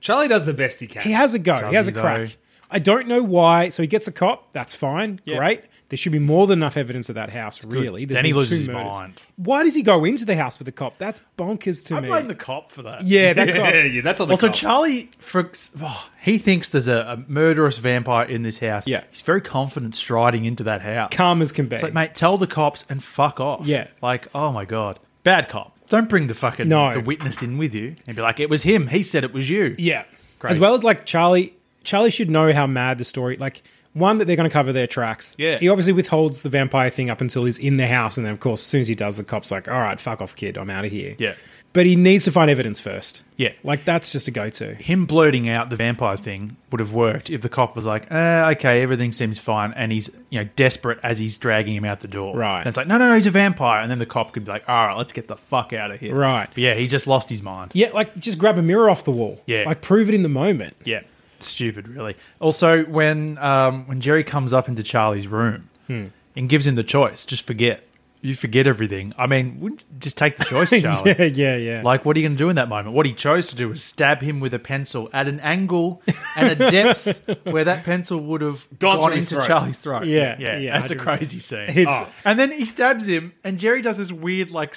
Speaker 4: Charlie does the best he can. [LAUGHS]
Speaker 2: he has a go. he has a
Speaker 3: Doesn't
Speaker 2: crack.
Speaker 3: though.
Speaker 2: I don't know why. So he gets the cop. That's fine. Great. There should be more than enough evidence of that house, really. There's
Speaker 3: Then he
Speaker 2: been
Speaker 3: loses
Speaker 2: two
Speaker 3: his
Speaker 2: murders.
Speaker 3: mind.
Speaker 2: Why does he go into the house with the cop? That's bonkers to
Speaker 3: I
Speaker 2: me.
Speaker 3: blame the cop for that.
Speaker 2: yeah, that cop.
Speaker 4: yeah, yeah, that's on the
Speaker 3: Also,
Speaker 4: cop.
Speaker 3: Charlie, for, oh, he thinks there's a, a murderous vampire in this house.
Speaker 2: Yeah.
Speaker 3: he's very confident striding into that house.
Speaker 2: Calm as can be.
Speaker 3: It's like, mate, tell the cops and fuck off.
Speaker 2: Yeah.
Speaker 3: Like, oh my god, bad cop. Don't bring the fucking
Speaker 2: No.
Speaker 3: the witness in with you and be like, it was him. He said it was you.
Speaker 2: Yeah.
Speaker 3: Crazy.
Speaker 2: As well as like Charlie, Charlie should know how mad the story. Like one that they're going to cover their tracks.
Speaker 3: Yeah.
Speaker 2: He obviously withholds the vampire thing up until he's in the house, and then of course, as soon as he does, the cops like, "All right, fuck off, kid, I'm out of here."
Speaker 3: Yeah.
Speaker 2: But he needs to find evidence first.
Speaker 3: Yeah.
Speaker 2: Like that's just a go-to.
Speaker 3: Him blurting out the vampire thing would have worked if the cop was like, uh, okay, everything seems fine, and he's you know desperate as he's dragging him out the door.
Speaker 2: Right.
Speaker 3: And it's like, no, no, no, he's a vampire, and then the cop could be like, all right, let's get the fuck out of here.
Speaker 2: Right.
Speaker 3: But yeah, he just lost his mind.
Speaker 2: Yeah. Like just grab a mirror off the wall.
Speaker 3: Yeah.
Speaker 2: Like prove it in the moment.
Speaker 3: Yeah, stupid, really. Also, when um, when Jerry comes up into Charlie's room
Speaker 2: Hmm.
Speaker 3: and gives him the choice, just forget. You forget everything. I mean, wouldn't just take
Speaker 2: [LAUGHS]
Speaker 3: the choice, Charlie.
Speaker 2: [LAUGHS] yeah. Yeah. Yeah.
Speaker 3: Like, what are you going to do in that moment? What he chose to do was stab him with a pencil at an angle and a depth
Speaker 2: [LAUGHS]
Speaker 3: where that pencil would have
Speaker 4: Gone
Speaker 3: gone,
Speaker 4: through his
Speaker 3: into
Speaker 4: throat.
Speaker 3: Charlie's throat.
Speaker 2: Yeah,
Speaker 3: yeah,
Speaker 2: yeah,
Speaker 3: that's a
Speaker 2: 100%.
Speaker 3: crazy scene.
Speaker 2: It's-
Speaker 3: Oh. And then he stabs him, and Jerry does this weird, like,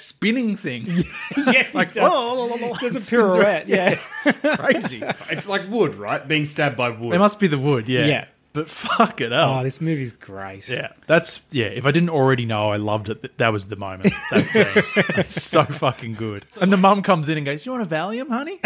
Speaker 2: [LAUGHS]
Speaker 3: spinning thing.
Speaker 2: yes.
Speaker 3: like,
Speaker 2: he does. [LAUGHS]
Speaker 3: oh, oh, oh, oh,
Speaker 2: Does a
Speaker 3: and [LAUGHS] spins around.
Speaker 2: pirouette, yeah.
Speaker 3: it's crazy.
Speaker 2: [LAUGHS]
Speaker 4: It's like wood, right? Being stabbed by wood.
Speaker 3: It must be the wood, yeah.
Speaker 2: Yeah.
Speaker 3: But fuck it
Speaker 2: [LAUGHS]
Speaker 3: up.
Speaker 2: Oh, this movie's great.
Speaker 3: Yeah, that's yeah. If I didn't already know, I loved it. That- That was the moment. That
Speaker 2: [LAUGHS]
Speaker 3: scene, It's so fucking good. And the mum comes in and goes, "You want a Valium, honey?"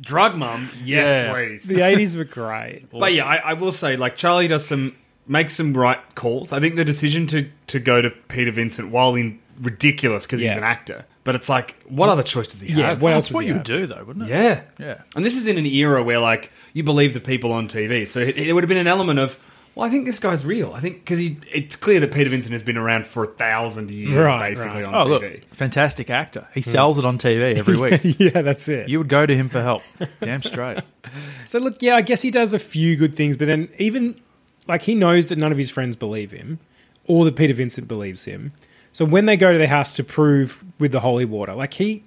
Speaker 4: Drug mum, yes,
Speaker 3: Yeah.
Speaker 4: please.
Speaker 2: The eighties were [LAUGHS] great.
Speaker 4: But yeah, I, I will say, like Charlie does some makes some right calls. I think the decision to to go to Peter Vincent while in ridiculous because
Speaker 2: Yeah.
Speaker 4: he's an actor, but it's like, what other choice does he
Speaker 2: Yeah,
Speaker 4: have?
Speaker 2: what else
Speaker 3: [LAUGHS] that's
Speaker 2: does
Speaker 3: what
Speaker 2: he
Speaker 3: you
Speaker 2: have?
Speaker 3: would do, though, wouldn't it?
Speaker 4: Yeah,
Speaker 3: Yeah.
Speaker 4: And this is in an era where like you believe the people on TV, so it, it would have been an element of. Well, I think this guy's real. I think because he, it's clear that Peter Vincent has been around for a thousand years,
Speaker 2: Right,
Speaker 4: basically
Speaker 2: right.
Speaker 4: on
Speaker 3: Oh,
Speaker 4: TV.
Speaker 3: look, fantastic actor. He sells it on TV every week.
Speaker 2: Hmm. [LAUGHS] Yeah, that's it.
Speaker 3: You would go to him for help. Damn straight.
Speaker 2: [LAUGHS] So look, yeah, I guess he does a few good things, but then even like he knows that none of his friends believe him, or that Peter Vincent believes him. So when they go to the house to prove with the holy water, like he,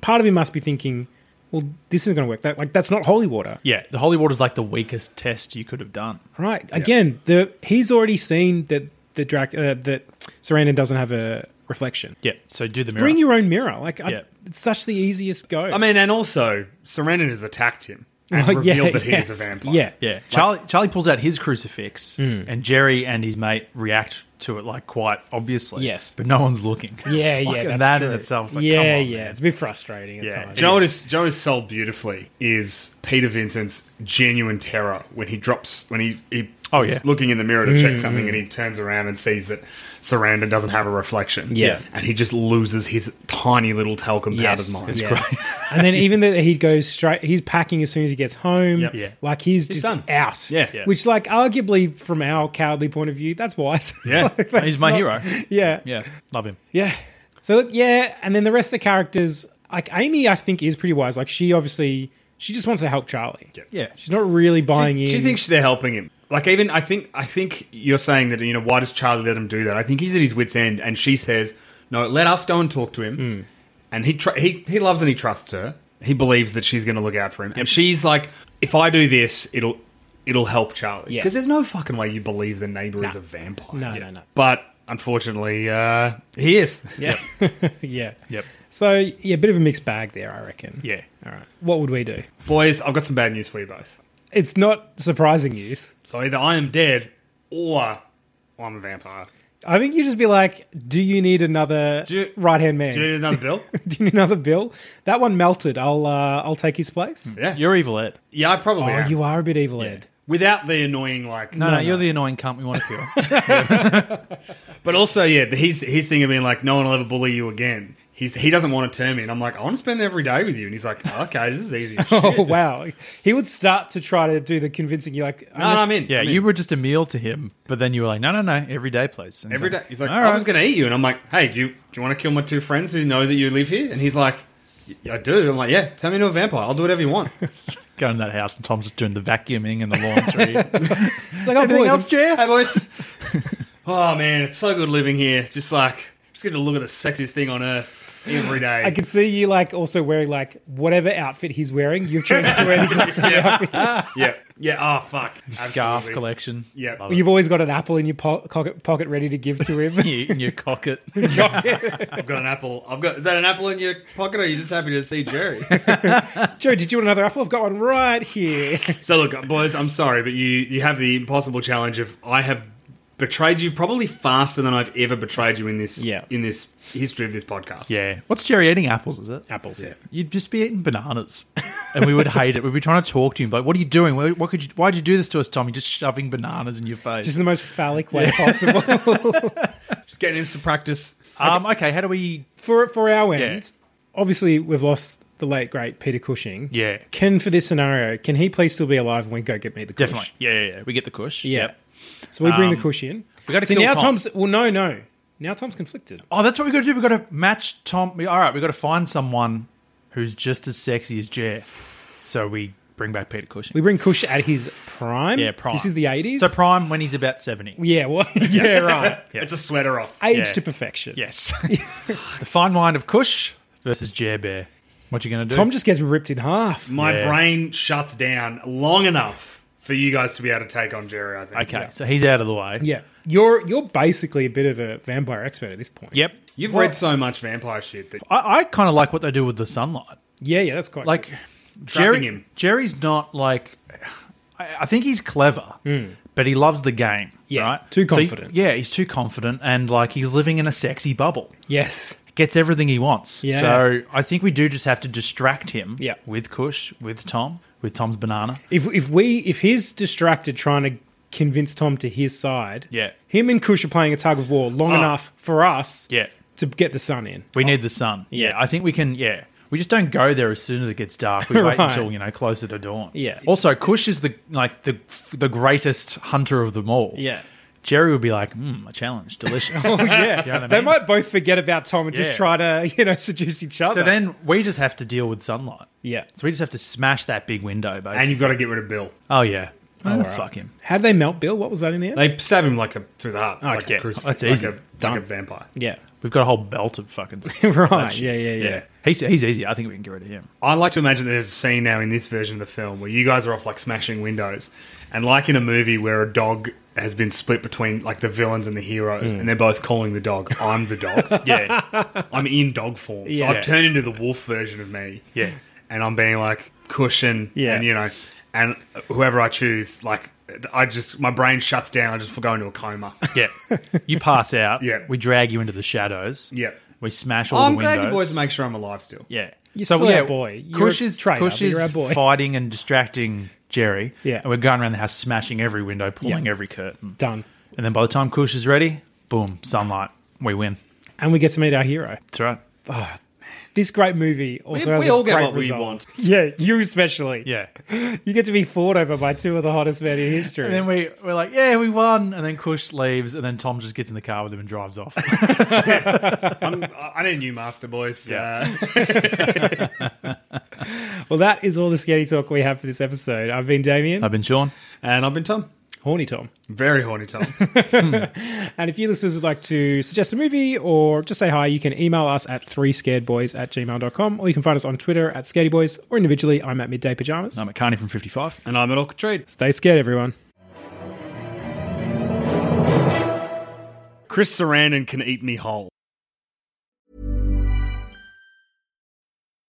Speaker 2: part of him must be thinking, well, this isn't going to work. That like that's not holy water,
Speaker 3: Yeah, the holy water's like the weakest test you could have done.
Speaker 2: right? Again, the he's already seen that the Drac uh, that Sarandon doesn't have a reflection.
Speaker 3: Yeah, so do the mirror.
Speaker 2: Bring your own mirror, like I,
Speaker 3: Yeah.
Speaker 2: it's such the easiest go.
Speaker 4: I mean, and also Sarandon has attacked him and
Speaker 2: [LAUGHS] Like,
Speaker 4: revealed that
Speaker 2: yes,
Speaker 4: he is a vampire.
Speaker 2: Yeah,
Speaker 3: Yeah, Charlie. Charlie pulls out his crucifix, and Jerry and his mate react to it like quite obviously.
Speaker 2: Yes.
Speaker 3: but no one's looking.
Speaker 2: yeah, yeah.
Speaker 3: Fucking
Speaker 2: that's
Speaker 3: that in
Speaker 2: true.
Speaker 3: itself is like,
Speaker 2: yeah,
Speaker 3: come on,
Speaker 2: yeah.
Speaker 3: man.
Speaker 2: It's a bit frustrating at
Speaker 3: Yeah.
Speaker 2: times.
Speaker 4: Do you know what is, do you know what is sold beautifully is Peter Vincent's genuine terror when he drops when he, he
Speaker 3: Oh,
Speaker 4: he's
Speaker 3: yeah. Mm-hmm.
Speaker 4: looking in the mirror to check something and he turns around and sees that Sarandon doesn't have a reflection.
Speaker 2: Yeah.
Speaker 4: And he just loses his tiny little talcum powdered mind.
Speaker 2: yeah. and then even that he goes straight, he's packing as soon as he gets home.
Speaker 4: Yep. Yeah.
Speaker 2: Like he's, just
Speaker 4: done.
Speaker 2: out.
Speaker 4: Yeah. Yeah.
Speaker 2: Which, like, arguably from our cowardly point of view, that's wise.
Speaker 4: Yeah.
Speaker 2: [LAUGHS] Like,
Speaker 3: And he's
Speaker 2: that's
Speaker 3: my
Speaker 2: not-
Speaker 3: hero.
Speaker 2: Yeah.
Speaker 3: Yeah, love him.
Speaker 2: Yeah. So look, yeah, and then the rest of the characters, like Amy, I think is pretty wise. Like she obviously, she just wants to help Charlie.
Speaker 3: Yeah.
Speaker 2: She's not really buying
Speaker 4: Do
Speaker 2: in.
Speaker 4: you think they're helping him? Like even I think I think you're saying that you know why does Charlie let him do that? I think he's at his wits end, and she says, "No, let us go and talk to him."
Speaker 2: Hmm.
Speaker 4: And he tr- he he loves and he trusts her. He believes that she's going to look out for him, and she's like, "If I do this, it'll it'll help Charlie." Because
Speaker 2: Yes.
Speaker 4: there's no fucking way you believe the neighbor is a vampire.
Speaker 2: No, no, no.
Speaker 4: But unfortunately, uh, he is.
Speaker 2: Yeah. [LAUGHS] yeah.
Speaker 3: Yep.
Speaker 2: So yeah, a bit of a mixed bag there, I reckon.
Speaker 3: Yeah.
Speaker 2: All right. What would we do?
Speaker 4: Boys, I've got some bad news for you both.
Speaker 2: It's not surprising news.
Speaker 4: So either I am dead, or I'm a vampire.
Speaker 2: I think you just be like, do you need another
Speaker 4: Do you-
Speaker 2: right hand man?
Speaker 4: Do you need another bill?
Speaker 2: [LAUGHS] Do you need another bill? That one melted. I'll uh, I'll take his place.
Speaker 4: Yeah.
Speaker 3: You're evil, Ed.
Speaker 4: Mm. Yeah, I probably
Speaker 2: Oh,
Speaker 4: am.
Speaker 2: you are a bit evil, Ed.
Speaker 4: without the annoying like.
Speaker 3: No, no, you're the annoying cunt we want to kill.
Speaker 4: But also, yeah, the- his his thing of being like, no one will ever bully you again. He's he doesn't want to turn me, and I'm like, I want to spend every day with you, and he's like, oh, okay, this is
Speaker 3: [LAUGHS]
Speaker 4: easy. as shit."
Speaker 2: Oh wow, he would start to try to do the convincing. You like,
Speaker 4: no, no, I'm in.
Speaker 3: yeah,
Speaker 4: I'm in.
Speaker 3: you were just a meal to him, but then you were like, no, no, no, every day, please. And
Speaker 4: every day. He's like,
Speaker 3: all
Speaker 4: I was
Speaker 3: right.
Speaker 4: going to eat you, and I'm like, hey, do you do you want to kill my two friends who know that you live here? And he's like. "Yeah, I do. I'm like, yeah. Turn me into a vampire. I'll do whatever you
Speaker 3: [LAUGHS]
Speaker 4: want.
Speaker 3: Go in that house, and Tom's just doing the vacuuming and the laundry.
Speaker 2: it's like, oh,
Speaker 3: Anything
Speaker 2: boys,
Speaker 3: else, Jer?
Speaker 4: hey,
Speaker 3: [LAUGHS]
Speaker 4: boys. oh man, it's so good living here. Just like, just get to look at the sexiest thing on earth. every day.
Speaker 2: I can see you like also wearing like whatever outfit he's wearing. You've chosen to wear the exact same outfit.
Speaker 4: [LAUGHS] yeah, yeah. Oh fuck,
Speaker 3: Scarf
Speaker 4: Absolutely.
Speaker 3: collection.
Speaker 4: Yeah.
Speaker 3: Love it.
Speaker 2: You've always got an apple in your po- pocket, pocket ready to give to
Speaker 3: [LAUGHS]
Speaker 2: him.
Speaker 3: You, in your cocket.
Speaker 4: I've got an apple. I've got is that an apple in your pocket, or are you just happy to see Jerry?
Speaker 2: Joe, did you want another apple? I've got one right here.
Speaker 4: so look, boys, I'm sorry, but you you have the impossible challenge of I have betrayed you probably faster than I've ever betrayed you in this
Speaker 2: Yeah.
Speaker 4: in this history of this podcast.
Speaker 3: yeah. What's Jerry eating? [LAUGHS] Apples, is it?
Speaker 2: Apples, yeah.
Speaker 3: You'd just be eating bananas, and we would hate it. We'd be trying to talk to him, like, "What are you doing? Why- What could you? Why'd you do this to us, Tom? You're just shoving bananas in your face."
Speaker 2: Just in the most phallic
Speaker 3: [LAUGHS]
Speaker 2: way possible.
Speaker 4: just getting into practice.
Speaker 3: um, okay. How do we?
Speaker 2: for for our end, obviously we've lost the late great Peter Cushing.
Speaker 3: Yeah.
Speaker 2: Can for this scenario, can he please still be alive when we go get me the Cush?
Speaker 3: Definitely. Yeah, yeah, yeah. We get the cush.
Speaker 2: Yeah. So we bring the
Speaker 3: Um,
Speaker 2: Cush in.
Speaker 3: we gotta
Speaker 2: See,
Speaker 3: kill
Speaker 2: now
Speaker 3: Tom.
Speaker 2: Tom's well no no. Now Tom's conflicted.
Speaker 3: Oh, that's what we got to do. We got to match Tom. we- All right, we got to find someone who's just as sexy as Jer. So we bring back Peter Cushing.
Speaker 2: We bring Cush at his prime.
Speaker 3: yeah, prime.
Speaker 2: This is the eighties.
Speaker 3: So prime when he's about seventy.
Speaker 2: yeah, well [LAUGHS] yeah, right.
Speaker 4: It's a sweater off.
Speaker 2: Age
Speaker 3: Yeah.
Speaker 2: to perfection.
Speaker 3: Yes. [LAUGHS] the fine wine of Cush versus Jer Bear. What you gonna do?
Speaker 2: Tom just gets ripped in half.
Speaker 4: My
Speaker 3: Yeah.
Speaker 4: brain shuts down long enough for you guys to be able to take on Jerry. I think.
Speaker 3: okay, so he's out of the way.
Speaker 2: Yeah. You're you're basically a bit of a vampire expert at this point.
Speaker 3: Yep.
Speaker 4: You've read so much vampire shit that
Speaker 3: I, I kind of like what they do with the sunlight.
Speaker 2: Yeah, yeah, that's quite
Speaker 3: Like
Speaker 2: good.
Speaker 3: Jerry.
Speaker 4: him.
Speaker 3: Jerry's not like. I, I think he's clever, but he loves the game.
Speaker 2: Hmm. Yeah,
Speaker 3: right?
Speaker 2: too
Speaker 3: So he-
Speaker 2: confident.
Speaker 3: yeah, he's too confident, and like he's living in a sexy bubble.
Speaker 2: Yes.
Speaker 3: gets everything he wants.
Speaker 2: Yeah.
Speaker 3: So I think we do just have to distract him
Speaker 2: Yeah.
Speaker 3: with Kush, with Tom, with Tom's banana.
Speaker 2: If if we if he's distracted trying to convince Tom to his side,
Speaker 3: Yeah. Ah.
Speaker 2: him and Kush are playing a tug of war long enough for us,
Speaker 3: Yeah.
Speaker 2: to get the sun in.
Speaker 3: We need the sun.
Speaker 2: Oh. Yeah.
Speaker 3: I think we can, yeah. We just don't go there as soon as it gets
Speaker 2: [LAUGHS]
Speaker 3: dark. We wait
Speaker 2: Right.
Speaker 3: until, you know, closer to dawn.
Speaker 2: Yeah.
Speaker 3: Also, Kush is the like the the greatest hunter of them all.
Speaker 2: Yeah.
Speaker 3: Jerry would be like, mm, a challenge,
Speaker 2: [LAUGHS]
Speaker 3: delicious.
Speaker 2: Oh yeah,
Speaker 3: [LAUGHS] [LAUGHS] You know what I
Speaker 2: they
Speaker 3: mean?
Speaker 2: might both forget about Tom and
Speaker 3: Yeah.
Speaker 2: just try to [LAUGHS] you know seduce each other.
Speaker 3: so then we just have to deal with sunlight.
Speaker 2: yeah,
Speaker 3: So we just have to smash that big window, basically.
Speaker 4: and you've got to get rid of Bill.
Speaker 3: oh yeah. Oh, fuck him.
Speaker 2: how would they melt Bill? What was that in the end?
Speaker 4: They stab him like a through the heart. Like
Speaker 3: Okay.
Speaker 4: a crucif-
Speaker 3: Oh, That's
Speaker 4: like
Speaker 3: easy.
Speaker 4: a- Like a,
Speaker 3: Done.
Speaker 4: vampire.
Speaker 2: yeah,
Speaker 3: We've got a whole belt of
Speaker 2: [LAUGHS]
Speaker 3: fucking.
Speaker 2: [LAUGHS] right. Yeah, yeah, yeah,
Speaker 3: He's he's easy. I think we can get rid of him.
Speaker 4: I like to imagine there's a scene now in this version of the film where you guys are off like smashing windows, and like in a movie where a dog has been split between like the villains and the heroes, and they're both calling the dog "I'm the dog."
Speaker 3: Hmm. [LAUGHS] Yeah.
Speaker 4: I'm in dog form. So
Speaker 2: Yeah.
Speaker 4: I've turned into the wolf version of me.
Speaker 3: Yeah.
Speaker 4: And I'm being like cushion
Speaker 2: Yeah.
Speaker 4: and you know and whoever I choose, like I just my brain shuts down, I just go into a coma.
Speaker 3: Yeah. You pass out.
Speaker 4: Yeah.
Speaker 3: We drag you into the shadows.
Speaker 4: Yeah.
Speaker 3: We smash
Speaker 4: [LAUGHS]
Speaker 3: all
Speaker 4: I'm
Speaker 3: the windows.
Speaker 4: glad you boys make sure I'm alive still.
Speaker 3: Yeah.
Speaker 2: You're still our boy. You're
Speaker 3: Kush
Speaker 2: a
Speaker 3: is,
Speaker 2: traitor,
Speaker 3: Kush
Speaker 2: but you're
Speaker 3: is
Speaker 2: our boy.
Speaker 3: fighting and distracting Jerry.
Speaker 2: Yeah.
Speaker 3: And we're going around the house smashing every window, pulling every curtain.
Speaker 2: done,
Speaker 3: And then by the time Kush is ready, boom, sunlight. We win.
Speaker 2: and we get to meet our hero.
Speaker 3: That's right.
Speaker 2: Ah. This great movie also has
Speaker 4: we
Speaker 2: a
Speaker 4: all get
Speaker 2: great
Speaker 4: what we
Speaker 2: result.
Speaker 4: want.
Speaker 2: [LAUGHS] Yeah, you especially.
Speaker 3: Yeah.
Speaker 2: you get to be fought over by two of the hottest men
Speaker 4: [LAUGHS]
Speaker 2: in history.
Speaker 3: And then we, we're like, yeah, we won. And then Kush leaves. And then Tom just gets in the car with him and
Speaker 2: [LAUGHS]
Speaker 3: drives off.
Speaker 4: I'm, I I need a new master, boys.
Speaker 3: Yeah.
Speaker 4: Uh,
Speaker 2: well, that is all the scary talk we have for this episode. I've been Damien,
Speaker 3: I've been Sean.
Speaker 4: and I've been Tom.
Speaker 2: horny Tom.
Speaker 4: Very horny Tom.
Speaker 2: And if you listeners would like to suggest a movie or just say hi, you can email us at 3scaredboys at gmail.com or you can find us on Twitter at scaredyboys or individually, I'm at midday pajamas.
Speaker 3: I'm at Carney from 55.
Speaker 4: and I'm at Orchid.
Speaker 2: Stay scared, everyone.
Speaker 4: Chris Sarandon can eat me whole.